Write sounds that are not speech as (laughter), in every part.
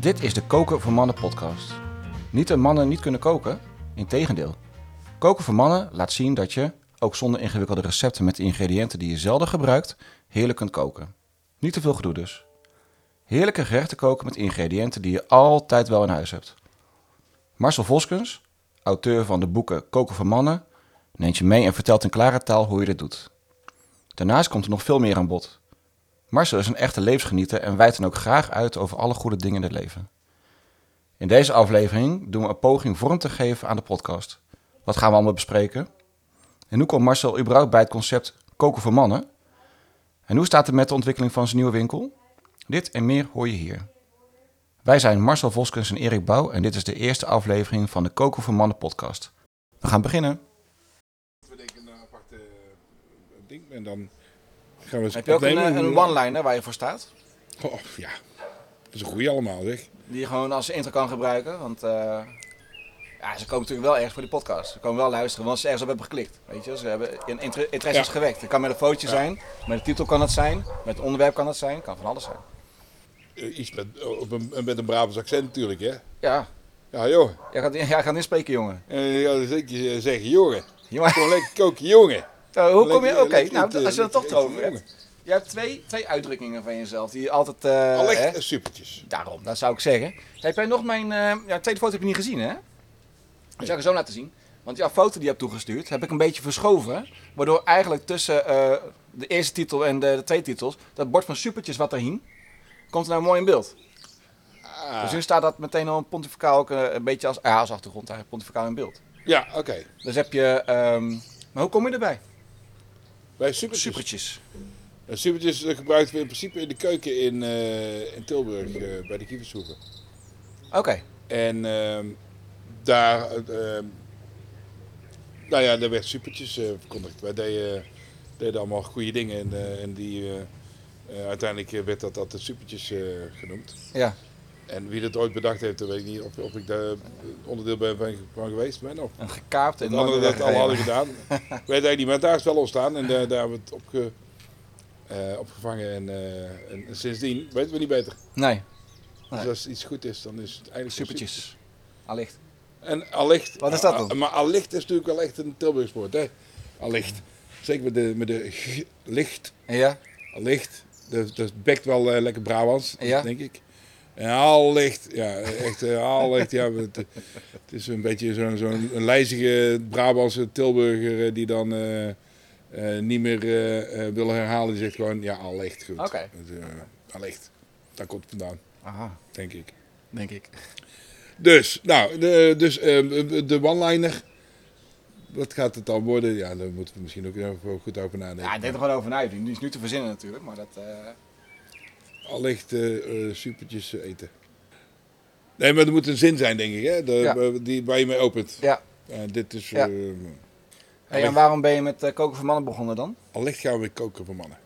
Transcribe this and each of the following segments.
Dit is de Koken voor Mannen podcast. Niet dat mannen niet kunnen koken, integendeel. Koken voor Mannen laat zien dat je, ook zonder ingewikkelde recepten met de ingrediënten die je zelden gebruikt, heerlijk kunt koken. Niet te veel gedoe dus. Heerlijke gerechten koken met ingrediënten die je altijd wel in huis hebt. Marcel Voskens, auteur van de boeken Koken voor Mannen, neemt je mee en vertelt in klare taal hoe je dit doet. Daarnaast komt er nog veel meer aan bod. Marcel is een echte levensgenieter en wijdt dan ook graag uit over alle goede dingen in het leven. In deze aflevering doen we een poging vorm te geven aan de podcast. Wat gaan we allemaal bespreken? En hoe komt Marcel überhaupt bij het concept koken voor mannen? En hoe staat het met de ontwikkeling van zijn nieuwe winkel? Dit en meer hoor je hier. Wij zijn Marcel Voskens en Erik Bouw en dit is de eerste aflevering van de Koken voor Mannen podcast. We gaan beginnen. We denken nou, een aparte eh, ding en dan gaan we eens Heb je ook een, opnemen. eh, een one-liner waar je voor staat? Oh, ja, dat is een goeie allemaal zeg. Die je gewoon als intro kan gebruiken, want eh, ja, ze komen natuurlijk wel ergens voor die podcast. Ze komen wel luisteren, want ze ergens op hebben geklikt. Weet je? Ze hebben een inter- interesse is Ja. gewekt. Het kan met een fotootje zijn, met een titel kan het zijn, met een onderwerp kan het zijn, kan van alles zijn. Eh, Iets met, op een, met een Brabants accent natuurlijk hè. Ja, Ja joh, jij gaat, jij gaat inspreken jongen. (laughs) Eh, ja, dan zeg je- zeg je jongen. Ja, maar- Gewoon lekker koken jongen. Eh, hoe kom je? Oké, Lekker- lekker nou, eten, als je het toch lekker erover eten, hebt. Je hebt twee, twee uitdrukkingen van jezelf die je altijd... eh, Al hè? echt suppertjes. Daarom, dat zou ik zeggen. Heb jij nog mijn. eh, ja, tweede foto heb je niet gezien, hè? Dat zou ik zo laten zien. Want jouw foto die je hebt toegestuurd, heb ik een beetje verschoven. Waardoor eigenlijk tussen eh, de eerste titel en de, de twee titels, dat bord van supertjes wat er hing, komt er nou mooi in beeld. Dus Ah, nu staat dat meteen al een pontificaal ook eh, een beetje als, ja, als achtergrond eigenlijk, pontificaal in beeld. ja, oké. Dus heb je, ehm, maar hoe kom je erbij? Bij suppertjes. Supertjes. Eh, suppertjes eh, gebruikten we in principe in de keuken in, eh, in Tilburg eh, bij de Kievershoeven. Oké, En ehm, daar, ehm, nou ja, daar werd supertjes eh, verkondigd. Wij deden, eh, deden allemaal goede dingen en, eh, en die, eh, eh, uiteindelijk eh, werd dat altijd supertjes eh, genoemd. ja. En wie dat ooit bedacht heeft, dat weet ik niet of, of ik daar eh, onderdeel ben van, van geweest ben. Of Een gekaapt en de anderen nooit dat meer al hadden weggegeven. gedaan. Ik weet eigenlijk niet, maar daar is het wel ontstaan en daar, daar hebben we het opge, eh, opgevangen. En, eh, en sindsdien weten we niet beter. Nee, Dus Nee. als iets goed is, dan is het eigenlijk wel supertjes. Allicht. En allicht. Wat is dat dan? a- Maar allicht is natuurlijk wel echt een Tilburgs woord, hè? Allicht. Zeker met de, met de g- licht. Ja, Allicht. Dat, dat bekt wel eh, lekker Brabants, Ja. denk ik. En allicht. Ja, echt eh, allicht. Ja, het, het is een beetje zo'n zo'n een lijzige Brabantse Tilburger eh, die dan eh, eh, niet meer eh, eh, wil herhalen. Die zegt gewoon, ja, allicht. Goed. Oké. Dus, eh, allicht. Daar komt het vandaan, aha, denk ik. denk ik. Dus, nou, de, dus ehm, de one-liner. Wat gaat het dan worden? Ja, daar moeten we misschien ook even goed over Ja, ik nadenken. denk er gewoon over na. Die is nu te verzinnen natuurlijk, maar dat... eh, Allicht eh, eh, supertjes eten. Nee, maar er moet een zin zijn, denk ik, hè? De, Ja. eh, die, waar je mee opent. Ja. Eh, dit is... Ja. eh, Hey, en waarom ben je met eh, koken voor mannen begonnen dan? allicht gaan we weer koken voor mannen.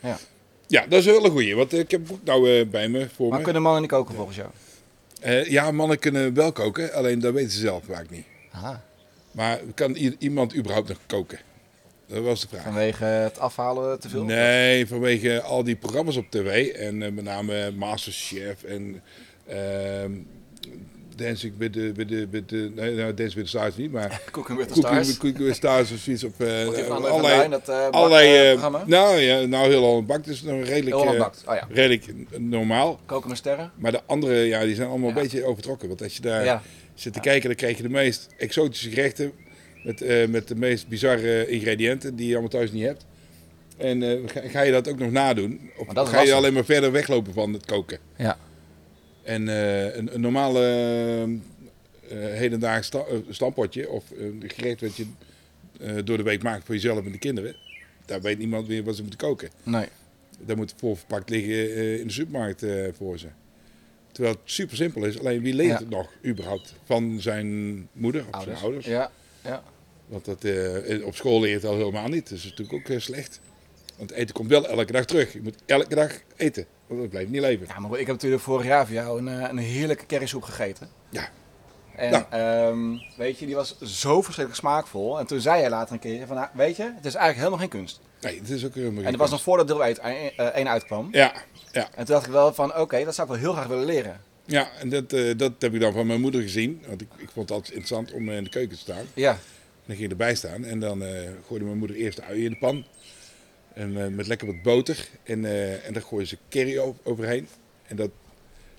Ja. Ja, dat is wel een goeie, want ik heb het boek nou eh, bij me, voor Maar me. kunnen mannen niet koken volgens jou? Eh, ja, mannen kunnen wel koken, alleen dat weten ze zelf vaak niet. Aha. Maar kan i- iemand überhaupt nog koken? Dat was de vraag. Vanwege het afhalen te veel? Nee, vanwege al die programma's op tv en eh, met name Masterchef en ehm Dancing with the, with the, with the, nee, nou, Dance with the Stars niet, maar Cooking with (laughs) the Cooking Stars? with, Cooking with Stars of zoiets op eh, Wat heeft André van allerlei, Duin, dat eh bak- allerlei eh, eh, programma? nou ja, nou heel Holland bakt is nog redelijk, Heel Holland eh, Bakt, oh ja. redelijk n- normaal, Koken met sterren? maar de andere ja, die zijn allemaal Ja. een beetje overtrokken, want als je daar Ja. zit te kijken, dan krijg je de meest exotische gerechten. Met, eh, met de meest bizarre ingrediënten die je allemaal thuis niet hebt. En eh, ga, ga je dat ook nog nadoen? Of Maar dat is ga je lastig. alleen maar verder weglopen van het koken? Ja. En eh, een, een normale eh, eh, hedendaags sta, eh, stampotje of een gerecht wat je eh, door de week maakt voor jezelf en de kinderen. Daar weet niemand meer wat ze moeten koken. Nee. Dat moet voorverpakt liggen eh, in de supermarkt eh, voor ze. Terwijl het super simpel is, alleen wie leert Ja. het nog überhaupt? Van zijn moeder of zijn ouders? Ja. ja. Want dat, eh, op school leert het al helemaal niet, dus dat is natuurlijk ook eh, slecht. Want eten komt wel elke dag terug. Je moet elke dag eten, want dat blijft niet leven. Ja, maar goed, ik heb natuurlijk vorig jaar voor jou een, eh, een heerlijke kerrysoep gegeten. Ja. En Ja. ehm, weet je, die was zo verschrikkelijk smaakvol. En toen zei jij later een keer van, ah, weet je, het is eigenlijk helemaal geen kunst. Nee, het is ook helemaal En geen dat was kunst. nog voordat deel 1 eh, uitkwam. Ja, ja, En toen dacht ik wel van, oké, dat zou ik wel heel graag willen leren. Ja, en dat, eh, dat heb ik dan van mijn moeder gezien. Want ik, ik vond het altijd interessant om eh, in de keuken te staan. Ja. En dan ging ik erbij staan en dan eh, gooide mijn moeder eerst de uien in de pan. En, eh, met lekker wat boter. En, eh, en daar gooide ze curry o- overheen. En dat,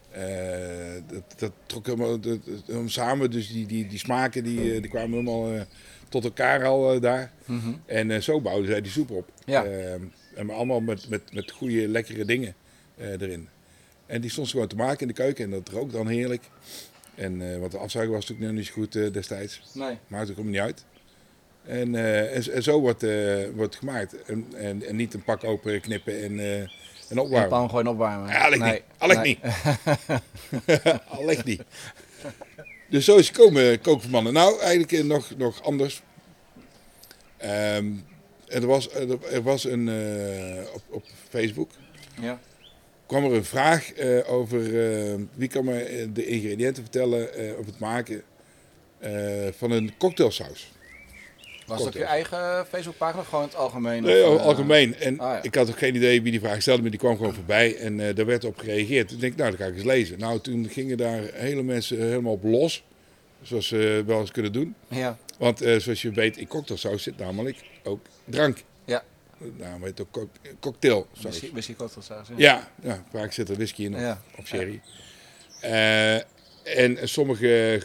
eh, dat, dat trok helemaal dat, dat- helemaal samen. Dus die, die, die smaken die, eh, die kwamen helemaal eh, tot elkaar al eh, daar. Mhm. En eh, zo bouwden zij die soep op. Ja. Eh, en maar allemaal met, met, met goede, lekkere dingen eh, erin. En die stond ze gewoon te maken in de keuken. En dat rook dan heerlijk. En, eh, want de afzuiger was natuurlijk nog niet zo goed eh, destijds. Nee. Maakt ook helemaal niet uit. En, eh, en, en zo wordt, eh, wordt gemaakt. En, en, en niet een pak open knippen en, eh en Een opwarmen. pan gewoon opwarmen. Ja, ligt Nee. niet. Ah, ligt Nee. niet. (laughs) Ah, ligt niet. Dus zo is het komen, koken voor mannen. Nou, eigenlijk eh, nog, nog anders. Ehm, er, was, er, er was een, eh, op, op Facebook Ja. kwam er een vraag eh, over eh, wie kan me eh, de ingrediënten vertellen eh over het maken eh, van een cocktailsaus. Was dat op je eigen Facebookpagina of gewoon in het algemeen? Nee, Of, eh, algemeen. En ah, ja. ik had ook geen idee wie die vraag stelde, maar die kwam gewoon voorbij en eh, daar werd op gereageerd. Toen denk ik, nou, dat ga ik eens lezen. Nou, toen gingen daar hele mensen helemaal op los, zoals ze wel eens kunnen doen. Ja. Want eh, zoals je weet, in cocktailsaus zit namelijk ook drank. Ja. Nou, heet ook cock- cocktail. Whisky, whisky cocktail Ja, ja, vaak zit er whisky in of, Ja. of sherry. Eh, en sommige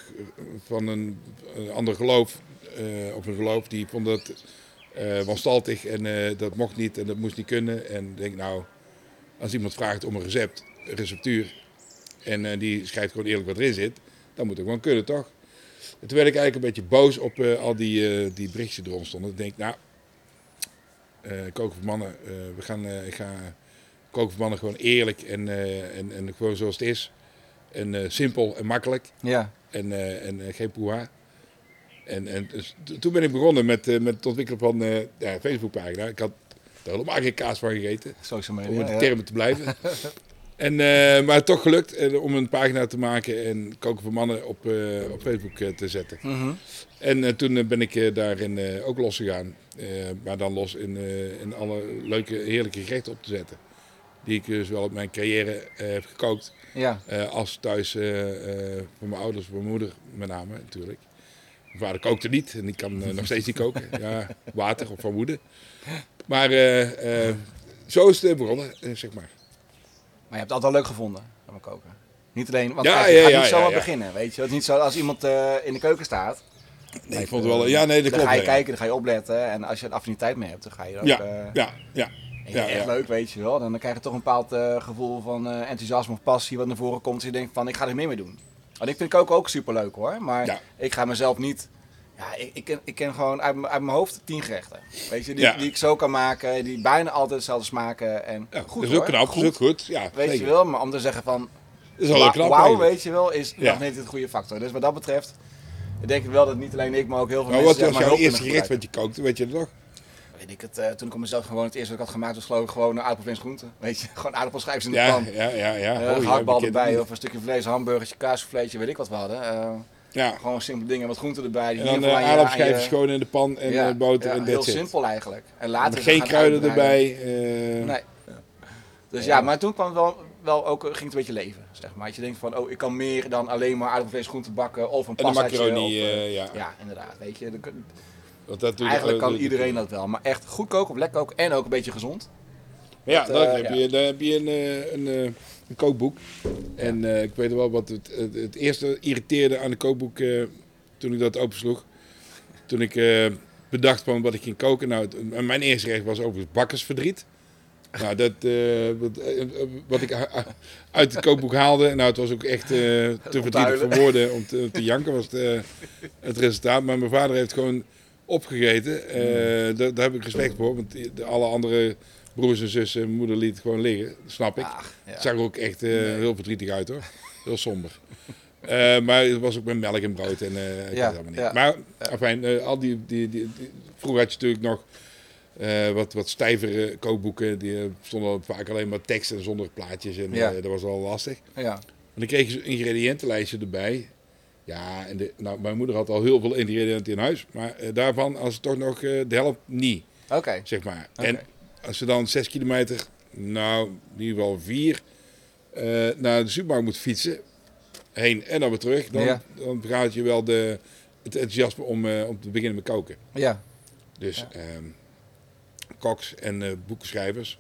van een, een ander geloof, eh, of een geloof, die vonden dat eh wanstaltig en eh, dat mocht niet en dat moest niet kunnen. En ik denk nou, als iemand vraagt om een recept, een receptuur, en eh, die schrijft gewoon eerlijk wat erin zit, dan moet het gewoon kunnen, toch? En toen werd ik eigenlijk een beetje boos op eh, al die, eh, die berichtjes die erom stonden. Ik denk, nou, eh, koken voor mannen, eh, we gaan, eh, ik ga koken voor mannen gewoon eerlijk en, eh, en, en gewoon zoals het is. En eh, simpel en makkelijk Ja. en, eh, en eh, geen poeha. En, en dus t- toen ben ik begonnen met, eh, met het ontwikkelen van eh ja, een Facebookpagina. Ik had er helemaal geen kaas van gegeten, Social om media. in ja. de termen te (laughs) blijven. en, eh, maar het toch gelukt eh, om een pagina te maken en koken voor mannen op, eh, op Facebook eh, te zetten. Mhm. En eh, toen eh, ben ik eh, daarin eh, ook losgegaan. Eh, maar dan los in, eh, in alle leuke, heerlijke gerechten op te zetten. Die ik dus wel op mijn carrière eh, heb gekookt. Ja. Eh, als thuis eh, eh, voor mijn ouders, voor mijn moeder met name natuurlijk. Mijn vader kookte niet en ik kan eh, nog steeds niet koken. Ja, water of van woede. Maar eh, eh, zo is het eh, begonnen, eh, zeg maar. Maar je hebt het altijd leuk gevonden aan mijn koken. Niet alleen, want Ja, kijk, je ja, gaat ja, niet zomaar ja, ja. beginnen, weet je. Het is niet zo als iemand eh, in de keuken staat. Nee, ik vond het wel... eh, Ja, nee, dat dan klopt. ga je ja. kijken, dan ga je opletten. En als je een affiniteit mee hebt, dan ga je ook... Ja, eh, ja, ja. en je vindt het echt ja. leuk, weet je wel. Dan krijg je toch een bepaald eh, gevoel van eh, enthousiasme of passie wat naar voren komt. Dus je denkt van, ik ga er meer mee doen. Want ik vind koken ook superleuk hoor. Maar Ja. ik ga mezelf niet... Ja, ik, ik, ken, ik ken gewoon uit, mijn- uit mijn hoofd tien gerechten. Weet je, die, Ja. die ik zo kan maken. Die bijna altijd hetzelfde smaken. En Ja, goed dat is ook hoor, knap, goed. dat is ook goed. Ja, Weet zeker. je wel, maar om te zeggen van, Dat is wel Wa- een knap. Wauw, eigenlijk. weet je wel, is Ja. nog niet het goede factor. Dus wat dat betreft, ik denk ik wel dat niet alleen ik, maar ook heel veel Maar Nou, wat mensen... zeg maar, was jouw hulp kunnen eerste gerecht wat gebruiken. je kookte, weet je dat nog? Weet ik het, eh, toen ik op mezelf gewoon het eerste wat ik had gemaakt was geloof ik gewoon eh, aardappelvlees groenten. (laughs) Weet je, gewoon aardappelschijfjes in de Ja, pan. Eh ja, ja. ja. Oh, ja, gehaktbal bekend. erbij of een stukje vlees, hamburgertje, kaasvleesje, weet ik wat we hadden. Eh, Ja. gewoon simpele dingen met groenten erbij. Die in En dan ieder geval uh, aan je- aan je- aardappelschijven schoon in de pan en Ja, eh, boter ja, en Heel dat zit. simpel eigenlijk. En later Geen gaan kruiden uitbreiden. erbij. eh, Nee. Dus ja, maar toen kwam het wel, wel ook, eh, ging het een beetje leven, zeg maar. Dat je denkt van, oh, ik kan meer dan alleen maar aardappelvlees groenten bakken of een En de pastaatje. macaroni, of, eh, eh, ja. ja, inderdaad, weet je. Dan- Want dat doe je- Eigenlijk eh, kan doe- iedereen dat wel, maar echt goed koken of lekker koken en ook een beetje gezond. Ja, dat, dan eh, heb ja. je, dan heb je een, eh, een, eh, een kookboek. En eh, ik weet wel wat het, het, het eerste irriteerde aan de kookboek eh, toen ik dat opensloeg. Toen ik eh, bedacht van wat ik ging koken. Nou, het- en mijn eerste gerecht was overigens bakkersverdriet. (laughs) Nou, dat, eh, wat, eh, eh, wat ik u- uit het kookboek haalde, nou, het was ook echt eh, te verdrietig voor huilen. woorden om te, te janken, was het, eh, het resultaat. Maar mijn vader heeft gewoon opgegeten. Eh, Hmm. daar, daar heb ik respect voor, want die- de- alle andere broers en zussen en moeder liet het gewoon liggen. Dat snap ik. Ach, Ah, ja. Het zag er ook echt eh, heel verdrietig uit hoor. Heel somber. Eh, maar het was ook met melk en brood en eh, ik Ja, weet het allemaal niet. ja. Maar afijn, eh, al die, die, die, die- vroeger had je natuurlijk nog eh, wat, wat stijvere kookboeken. Die eh, stonden vaak alleen maar tekst en zonder plaatjes en Ja. eh, dat was al lastig. Ja. En dan kreeg je zo'n ingrediëntenlijstje erbij. Ja, en de, nou, mijn moeder had al heel veel ingrediënten in huis, maar eh, daarvan als het toch nog eh, de helft niet Oké. zeg maar. Oké. En als ze dan 6 kilometer, nou in ieder geval 4, eh, naar de supermarkt moet fietsen. heen en dan weer terug, dan, Ja. dan gaat je wel de, het enthousiasme om, eh, om te beginnen met koken. Ja. Dus ehm, koks en eh, boekenschrijvers,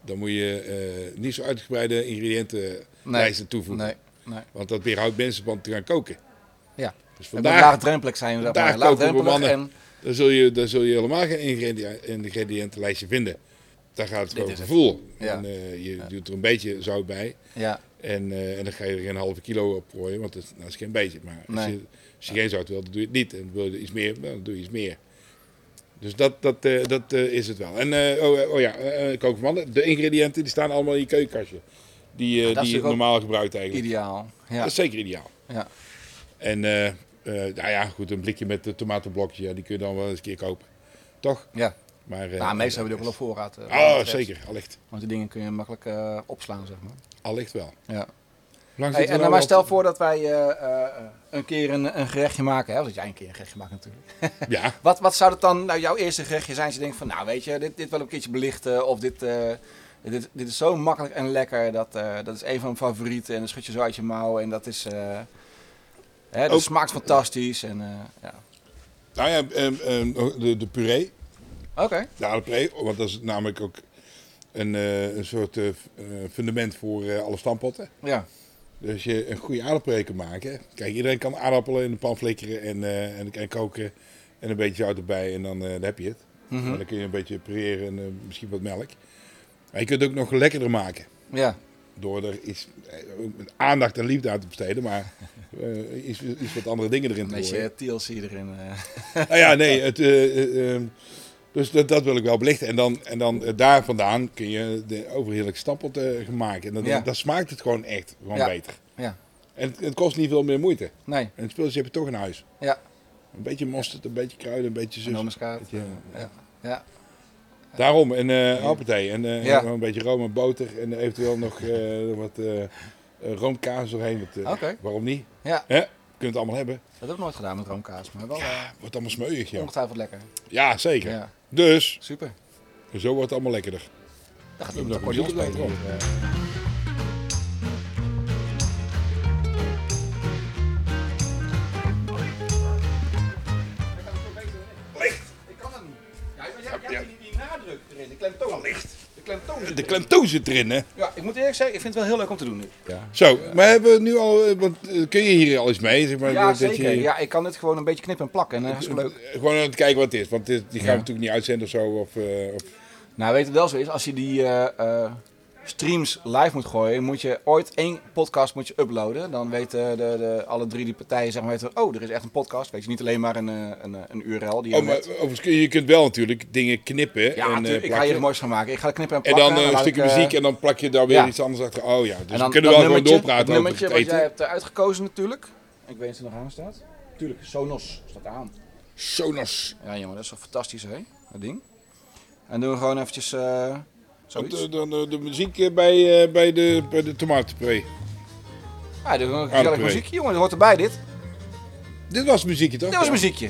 dan moet je eh, niet zo uitgebreide ingrediëntenlijsten toevoegen. Nee. nee. Want dat weerhoudt mensen van te gaan koken. Ja. Dus En met vandaag, laagdrempelig zijn we zeg vandaag maar. Laagdrempelig koken we en... dan zul, je, dan zul je helemaal geen ingrediënten- ingrediëntenlijstje vinden. Daar gaat het Dit over is het. gevoel. Ja. En, eh, je doet er een beetje zout bij. Ja. En, eh, en dan ga je er geen halve kilo op gooien, want dat is, dat is geen beetje. Maar als Nee. je, als je geen zout wil, dan doe je het niet. En wil je iets meer, nou, dan doe je iets meer. Dus dat, dat, eh, dat eh, is het wel. En eh, oh, eh, oh ja, eh, eh, kookvermannen. De ingrediënten die staan allemaal in je keukenkastje. Die, dat eh, is die je natuurlijk ook normaal gebruikt eigenlijk. Ideaal. Ja. Dat is zeker ideaal. Ja. En eh, eh, nou ja, goed, een blikje met eh, tomatenblokjes, ja, die kun je dan wel eens een keer kopen. Toch? ja. Maar, eh, Nou, meestal hebben we die ook wel op voorraad. eh, wat dat Oh, betreft. zeker. Allicht. Want die dingen kun je makkelijk eh, opslaan, zeg maar. Allicht wel. Ja. Hoe lang Hey, zitten we en nou dan maar al stel te- voor dat wij eh, eh, een keer een, een gerechtje maken. Hè? Of dat jij een keer een gerechtje maakt natuurlijk. Ja. Wat, wat zou dat dan nou jouw eerste gerechtje zijn? Als je denkt van, nou weet je, dit, dit wil ik een keertje belichten. Of dit, eh, dit, dit is zo makkelijk en lekker. Dat, eh, dat is een van mijn favorieten. En dan schud je zo uit je mouw. En dat is... eh, hè, dat Ook- smaakt fantastisch. En, eh, ja. Nou ja, ehm, ehm, de, de puree. Oké. De aardappelpuree. Want dat is namelijk ook een, eh, een soort eh, f- eh, fundament voor eh, alle stampotten. Ja. Dus als je een goede aardappelpuree kan maken. Kijk, iedereen kan aardappelen in de pan flikkeren en, eh, en, en koken. En een beetje zout erbij en dan, eh, dan heb je het. Mhm. En dan kun je een beetje pureren en eh, misschien wat melk. Maar je kunt het ook nog lekkerder maken. Ja. Door er iets, eh, ook met aandacht en liefde aan te besteden, (laughs) maar eh, iets, iets wat andere dingen erin Een te beetje gooien. eh, TLC erin. (laughs) eh. Nou ja, nee, het, eh, eh, ehm, dus dat, dat wil ik wel belichten. En dan, en dan eh, daar vandaan kun je de overheerlijke stampot eh, gaan maken. En dan, Ja. dan smaakt het gewoon echt gewoon Ja. beter. Ja. En het, het kost niet veel meer moeite. Nee. En het speeltje heb je toch in huis. Ja. Een beetje mosterd, een beetje kruiden, een beetje zus. Nomenskaart. Ja. Ja. Ja. Daarom, en eh appetij. En eh, Ja. en een beetje room en boter. En eventueel nog eh, wat eh eh, roomkaas doorheen. Want, eh, Oké. Waarom niet? Ja. Hè? Je kunt het allemaal hebben. Dat heb ik nooit gedaan met roomkaas. Maar wel eh, Ja, wordt allemaal smeuig, joh. ongetwijfeld lekker. Ja, zeker. Ja. Dus, Super. zo wordt het allemaal lekkerder. Dan gaat We hebben iemand nog accordeon muziek op de spelen hier. eh. Ik kan dat niet. Ja, maar jij, jij Ja. hebt Oh, die, die nadruk erin, de klemtoon. De klemtoon zit De erin. klemtoon zit erin, hè? Ja, ik moet eerlijk zeggen, ik vind het wel heel leuk om te doen nu. Ja, Zo, maar hebben we nu al... eh, Want, eh, kun je hier al iets mee? Zeg maar, dat je- Eh, zeker. Ja, ik kan dit gewoon een beetje knippen en plakken en dat is leuk. Gewoon aan het kijken wat het is. Want dit, die gaan Ja. we natuurlijk niet uitzenden of zo. Of, eh, of... Nou, weet je wat wel zo is? Als je die eh, eh, streams live moet gooien, moet je ooit één podcast moet je uploaden. Dan weten de, de, alle drie die partijen zeg maar, weten, oh, er is echt een podcast. Weet je, niet alleen maar een, eh, een, eh, een URL. Die je Oh, maar, net- overigens kun je, je kunt wel natuurlijk dingen knippen. Ja, en, eh, tuurlijk, ik ga plakken. hier het moois van maken. Ik ga het knippen en En plakken. dan eh, een laat stukje ik, eh, muziek en dan plak je daar weer ja. iets anders achter. Oh ja, dus en dan we dat kunnen wel gewoon nummertje, doorpraten het over het nummertje wat jij eten. hebt eh, uitgekozen natuurlijk. Ik weet niet of het nog aan staat. Tuurlijk, Sonos staat aan. Sonos. Ja jongen, dat is wel fantastisch hè, dat ding. En doen we gewoon eventjes eh Want, zoiets. eh, dan eh, de muziek eh, bij, eh, bij de, bij de tomatenpuree. Ja, doen we een aan gezellig de muziekje jongen, dat hoort erbij dit. Dit was muziekje toch? Dit was Ja. muziekje.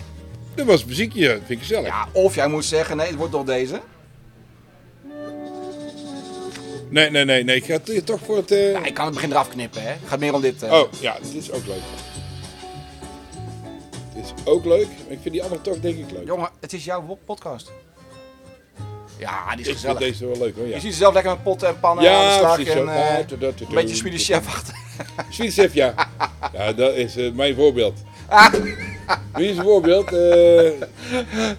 Dit was muziekje, ja. dat vind ik gezellig. Ja, of jij moet zeggen, nee, het wordt nog deze. Nee, nee, nee, nee. Ik ga het hier toch voor het... eh, Ja, ik kan het begin eraf knippen, hè. Het gaat meer om dit. eh. Oh, ja, dit is ook leuk. Dit is ook leuk, maar ik vind die andere toch denk ik leuk. Jongen, het is jouw wo- podcast. Ja, die is ik vind gezellig. deze wel leuk hoor, ja. Je ziet jezelf lekker met potten en pannen aan de Ja, slag. precies Ah, en, zo. eh, Ja, dat- dat- een beetje Swedish chef achter. Sweet Chef, ja. Ja, dat is eh, mijn voorbeeld. Wie is een voorbeeld? Eh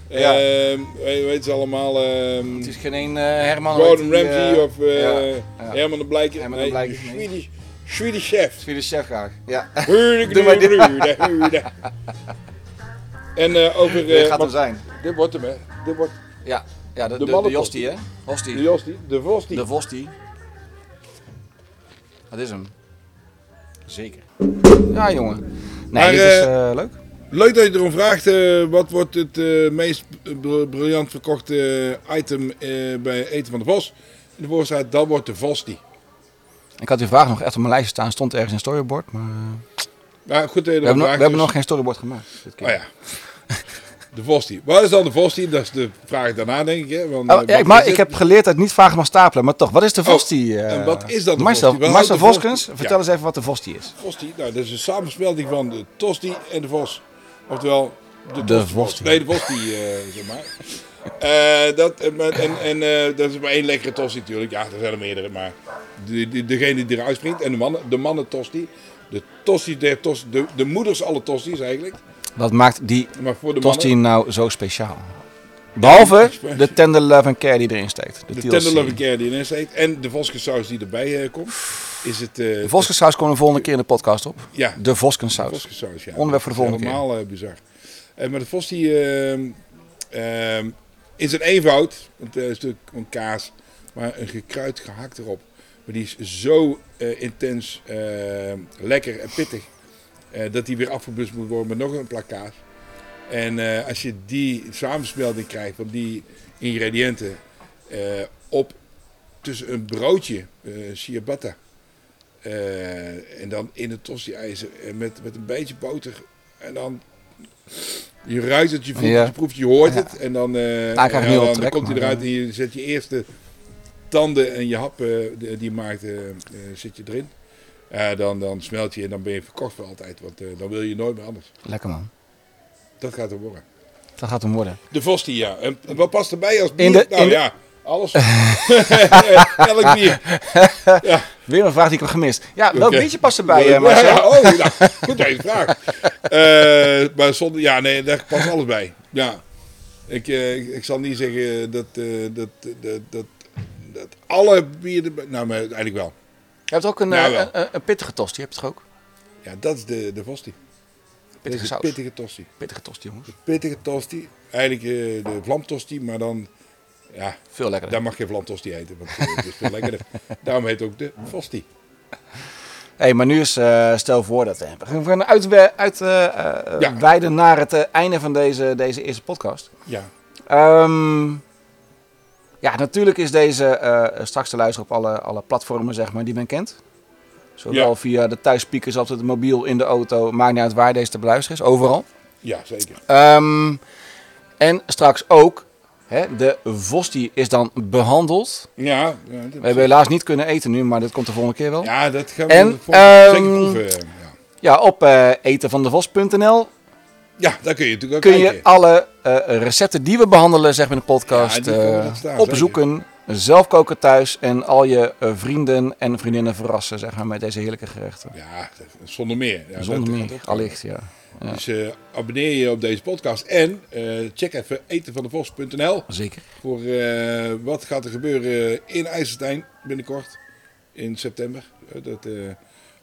Ja. ehm, weet, weet ze allemaal? ehm, Het is geen één eh, Herman. Gordon weet die, Ramsay eh, of eh, ja, ja. Herman de Blijker? Herman de Blijker, de nee. Swedish, Swedish Chef. Swedish chef graag. Ja, Eh, (laughs) Huurde, Doe maar dit. huurde, huurde. En eh, over... eh, dat gaat hem wat- zijn. Dit wordt hem, hè. Dit wordt Ja, ja de, De de, de, mannenpot. Jostie, hè? de Hostie. Jostie, de Vostie. De Vostie. Dat is hem. Zeker. Ja, jongen. Nee, Maar, dit is eh, eh, leuk. Leuk dat je erom vraagt. eh, wat wordt het eh, meest br- briljant verkochte eh, item eh, bij Eten van de Vos? In de voorstaat, dat wordt de Vostie. Ik had die vraag nog echt op mijn lijstje staan. Stond ergens in storyboard, maar... eh, Nou, goed dat je We hebben, erom nog, we vraagt. hebben nog dus- geen storyboard gemaakt. dit keer. Oh ja. De Vosti. Wat is dan de Vosti? Dat is de vraag daarna, denk ik. Hè? Want, Oh, eh, ja, wat maar is ik het? Oh, heb geleerd dat niet vragen mag stapelen, maar toch. Wat is de Vosti? eh, en wat is dan de Marcel, Vosti? Wat Marcel houdt de Voskens, Vosti? vertel Ja. eens even wat de Vosti is. Vosti, nou, dat is een samensmelting van de Tosti en de Vos. Oftewel, de, De Tosti. Vosti. Nee, de Vosti, eh, zeg maar. Eh, dat, en met- en, en eh, dat is maar één lekkere Tosti natuurlijk. Ja, er zijn er meerdere, maar de, de, degene die eruit springt. En de mannen, de mannen Tosti. De Tosti, der tosti de, de moeders alle Tosti's eigenlijk. Wat maakt die Maar voor de Tosti mannen, nou zo speciaal? Behalve Ja, de tender love and care die erin steekt. De, de TLC. tender love care die erin steekt. En de Voskensaus die erbij eh, komt. Is het... eh, De Voskensaus komt de volgende keer in de podcast op. ja, De Voskensaus. Voskensaus, ja. Onderwerp voor de volgende keer. Helemaal eh, bizar. En maar de Vos die ehm, ehm, in zijn eenvoud, want eh, het is natuurlijk een kaas, maar een gekruid gehakt erop. Maar die is zo eh, intens ehm, lekker en pittig, eh, dat die weer afgeblust moet worden met nog een plak kaas. En eh, als je die samensmelding krijgt van die ingrediënten eh, op tussen een broodje, eh ciabatta, eh, en dan in het tosti-ijzer en met, met een beetje boter. En dan, je ruikt het, je voelt Ja. het, je proeft, je hoort het. En dan, eh, Daar krijg ik en nu al dan trek, komt hij maar, eruit en je zet je eerste tanden en je hap eh, die je maakt, eh, eh, zit je erin. Ja, dan, dan smelt je en dan ben je verkocht voor altijd. Want eh, dan wil je nooit meer anders. Lekker man. Dat gaat er worden. Dat gaat hem worden. De Vosti, ja. En en wat past erbij als bier? In de- nou in de- ja, (laughs) alles. Elk bier. Ja. Weer een vraag die ik heb gemist. Ja, welk Oké. biertje past erbij, Ja, eh, Marcel? ja, oh, nou, goed dat je het vraagt. (laughs) Eh, maar zonder, ja, nee, daar past alles bij. Ja. Ik, eh, ik, ik zal niet zeggen dat, eh, dat, dat, dat, dat alle bieren... Nou, maar eigenlijk wel. Je hebt ook een, Nou, eh, wel. een, een pittige tosti, heb je toch ook? Ja, dat is de, de Vosti. Dat is Pittige de saus. pittige tosti. Pittige tosti, jongens. Pittige tosti. Eigenlijk eh, de vlamtosti, maar dan... Ja, Veel lekkerder. daar mag geen vlamtosti eten, want eh, het is veel (laughs) lekkerder. Daarom heet het ook de Vosti. hey, maar nu is eh, stel voor dat eh, we gaan- we gaan uitwe- uit, eh, eh, Ja. wijden naar het eh, einde van deze, deze eerste podcast. Ja. Ehm, ja, natuurlijk is deze eh, straks te luisteren op alle, alle platformen zeg maar, die men kent. Zowel Ja. via de thuisspeakers als het mobiel in de auto. Maakt niet uit waar deze te beluisteren is, overal. Ja, zeker. Ehm, en straks ook, hè, de Vosti is dan behandeld. Ja, ja, dat- We hebben helaas niet kunnen eten nu, maar dat komt de volgende keer wel. Ja, ja dat gaan we En, volgende- zeker ehm, proeven. Ja. op eh, etenvandevos.nl Ja, daar kun je natuurlijk ook kun je kijken. alle eh, recepten die we behandelen zeg, maar in de Ja, podcast die kunnen eh, dat staan, opzoeken. Zelf koken thuis en al je eh, vrienden en vriendinnen verrassen zeg maar, met deze heerlijke gerechten. Ja, zonder meer. Ja, Zonder dat meer, gaat ook. allicht ja. Dus eh, abonneer je op deze podcast. En eh, check even etenvandevos.nl Zeker. voor eh, wat gaat er gebeuren in IJsselstein binnenkort. In september. Eh, dat, eh,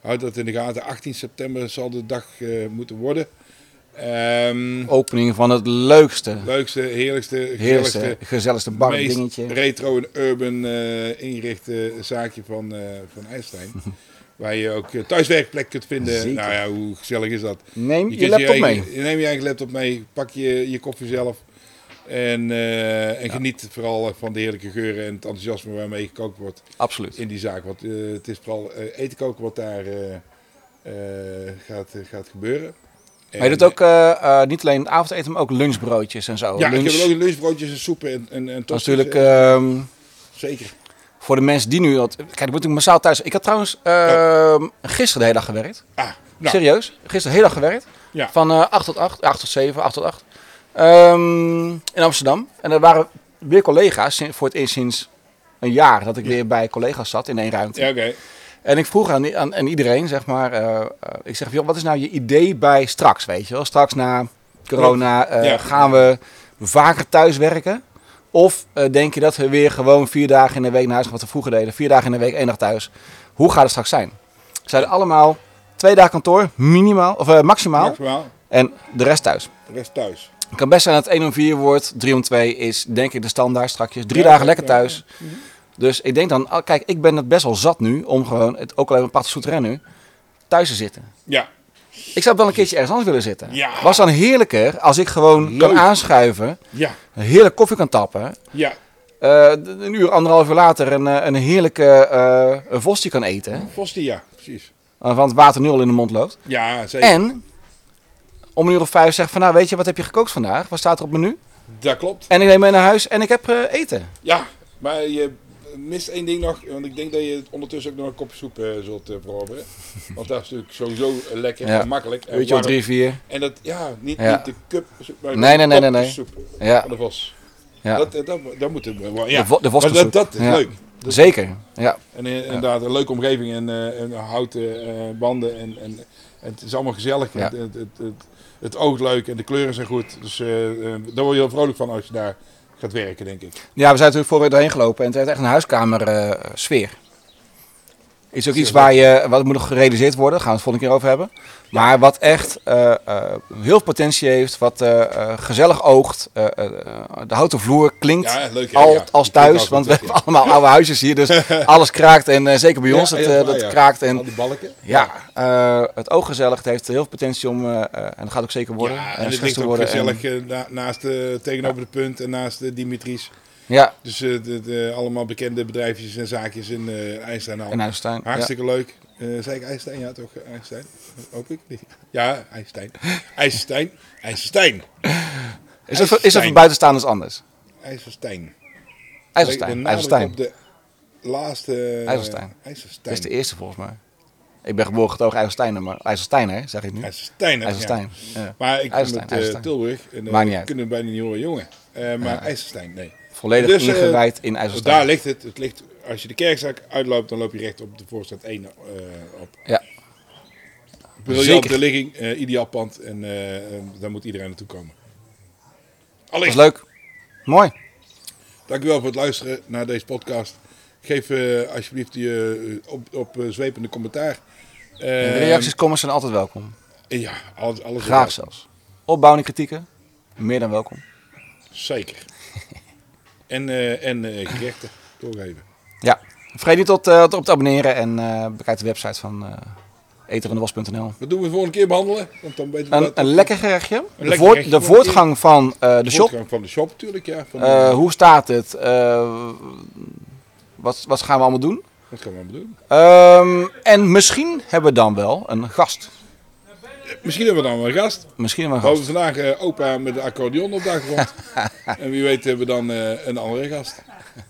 houd dat in de gaten. 18 september zal de dag eh, moeten worden. Ehm, Opening van het leukste, leukste, heerlijkste, gezelligste, Oh. heerlijkste, gezelligste bar meest dingetje. retro en urban eh, ingerichte zaakje van, eh van (laughs) IJsselstein. waar je ook eh, thuiswerkplek kunt vinden. Zeker. Nou ja, hoe gezellig is dat? Neem je, kunt laptop mee. eigen- neem je eigen laptop mee, pak je, je koffie zelf. En, eh, en geniet vooral van de heerlijke geuren en het enthousiasme waarmee gekookt wordt Absoluut. in die zaak. Want eh, het is vooral eh, eten koken wat daar eh, eh, gaat, gaat gebeuren. Maar je En, doet ook eh, eh, niet alleen avondeten, maar ook lunchbroodjes en zo. Ja, Lunch, ik heb wel ook lunchbroodjes en soepen en, en, en dat is tosti's, natuurlijk eh, ehm, zeker. voor de mensen die nu... Dat, kijk, ik moet natuurlijk massaal thuis... Ik had trouwens ehm, gisteren de hele dag gewerkt. Ah, nou, Serieus. Gisteren de hele dag gewerkt. Ja. Van eh 8 tot 8, 8 tot 7, 8 tot 8. Ehm, in Amsterdam. En er waren weer collega's sin- voor het eerst sinds een jaar dat ik weer bij collega's zat in één ruimte. ja, oké. En ik vroeg aan, aan, aan iedereen, zeg maar, eh, eh, ik zeg, joh, wat is nou je idee bij straks, weet je wel? Straks na corona eh, Ja. gaan we vaker thuis werken? Of eh, denk je dat we weer gewoon vier dagen in de week naar huis gaan, wat we vroeger deden, vier dagen in de week, één dag thuis? Hoe gaat het straks zijn? Zeiden allemaal twee dagen kantoor, minimaal, of eh, maximaal, Maximaal. en de rest thuis. Rest thuis. Het kan best zijn dat het 1 om 4 wordt, 3 om 2 is denk ik de standaard straks. Drie Ja, dagen ja, lekker ja, ja. thuis. Dus ik denk dan, ah, kijk, ik ben het best wel zat nu om gewoon, het, ook alleen een prachtig souterrain nu, thuis te zitten. Ja, Ik zou wel een keertje ergens anders willen zitten. Ja. Was dan heerlijker als ik gewoon kan Leuk. aanschuiven, ja, een heerlijk koffie kan tappen, ja. eh, d- een uur, anderhalf uur later een, eh, een heerlijke eh een vosti kan eten, Vosti, ja, precies. waarvan het water nu al in de mond loopt. Ja, zeker. En om een uur of vijf zegt van nou weet je wat heb je gekookt vandaag? Wat staat er op het menu? Dat klopt. En ik neem mee naar huis en ik heb eh, eten. Ja, maar je mist één ding nog. Want ik denk dat je ondertussen ook nog een kopje soep eh, zult eh, (laughs) veroveren. Want dat is natuurlijk sowieso eh, lekker Ja. en makkelijk. En, Weet je wel, warm. drie, vier. en dat, ja, niet, Ja. niet de cup soep, maar Nee, de nee, nee, nee, kopje nee. soep Ja, van de vos. ja. Dat, eh, dat, dat moet er wel. Ja. De, vo- de maar worstensoep. dat, dat is Ja. leuk. Zeker, ja. En eh, inderdaad, een leuke omgeving en, eh, en houten eh, banden. En, en, en het is allemaal gezellig. Ja. Het, het, het, het, het oogt leuk en de kleuren zijn goed. Dus eh, eh, daar word je heel vrolijk van als je daar gaat werken, denk ik. Ja, we zijn natuurlijk vorige week doorheen gelopen en het heeft echt een huiskamersfeer. Is ook iets Zeker. waar je, wat moet nog gerealiseerd worden, daar gaan we het volgende keer over hebben. Maar wat echt eh, eh, heel veel potentie heeft, wat eh, eh, gezellig oogt. eh, eh, de houten vloer klinkt Ja, leuk. hè? al Ja, als je kunt thuis, altijd want we wat, hebben allemaal oude huisjes hier, dus (laughs) alles kraakt. En eh, zeker bij Ja, ons, het, heel eh, waar, dat ja. kraakt. ja. En Al die balken. ja, eh, het oog gezellig. Het heeft heel veel potentie om, eh, eh, en dat gaat ook zeker worden, Ja, eh, en het slecht ligt te ook worden. gezellig En, eh, na- naast, eh, tegenover de punt en naast de Dimitris. ja, Dus eh, de, de- allemaal bekende bedrijfjes en zaakjes in eh IJsselstein al. en Huistuin. Ja. Hartstikke leuk. Eh zei ik IJsselstein? Ja, toch? IJsselstein? Hoop ik niet. Ja, IJsselstein. IJsselstein. Is IJsselstein. dat, voor- is dat IJsselstein. voor buitenstaanders anders? IJsselstein. Leg de IJsselstein. nadruk IJsselstein. op de laatste... eh, IJsselstein. Dat IJsselstein. is de eerste volgens mij. Ik ben geboren getogen IJsselsteiner, maar IJsselstein hè, zeg ik nu. IJsselstein. hè? IJsselstein. Ja. Ja. Maar ik kom IJsselstein, uit eh, IJsselstein. Tilburg. En, eh, Maakt niet uit. kunnen we bijna niet horen, jongen. Eh, maar IJsselstein, nee. Volledig Dus, eh, ingewijd in Daar IJsselstein. ligt het. het ligt, als je de kerkzaak uitloopt, dan loop je recht op de voorstad 1 eh, op. Ja. Briljante Zeker. ligging, eh, ideaal pand. En eh, eh, daar moet iedereen naartoe komen. Dat is Allee, leuk. Mooi. dankjewel voor het luisteren naar deze podcast. Geef eh, alsjeblieft je eh, op, op eh, zwepende commentaar. En de Eh, reacties, comments zijn altijd welkom. Ja, alles, alles erbij. Graag zelfs. Opbouwende kritieken, meer dan welkom. Zeker. (laughs) en eh, en eh, gerechten, doorgeven. Ja. Vergeet niet tot, eh, op te abonneren en eh, bekijk de website van eh eterendewas.nl. Wat doen we de volgende keer behandelen? Want dan weten we Een, dat- een lekker gerechtje. de, lekker voort- gerechtje. de voortgang van eh, de shop. Voortgang Van de shop natuurlijk, ja. Van Eh, de, hoe staat het? Eh, wat, wat gaan we allemaal doen? wat gaan we allemaal doen? Ehm, en misschien hebben we dan wel een gast. Misschien hebben we dan wel een gast. Misschien wel een We gast. hadden vandaag eh, opa met de accordeon op de achtergrond. (laughs) en wie weet hebben we dan eh, een andere gast. En,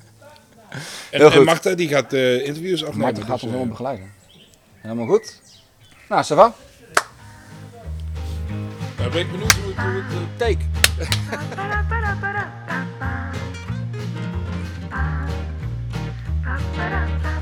Heel en goed. Marta die gaat eh, interviews afnemen. Maarten gaat ons dus, eh, helemaal begeleiden. Helemaal goed. Nou, ça va? nou, ben ik benieuwd hoe het... Hoe het eh, Take. Ba-da-ba-da-ba-ba. Ba-ba-da-ba.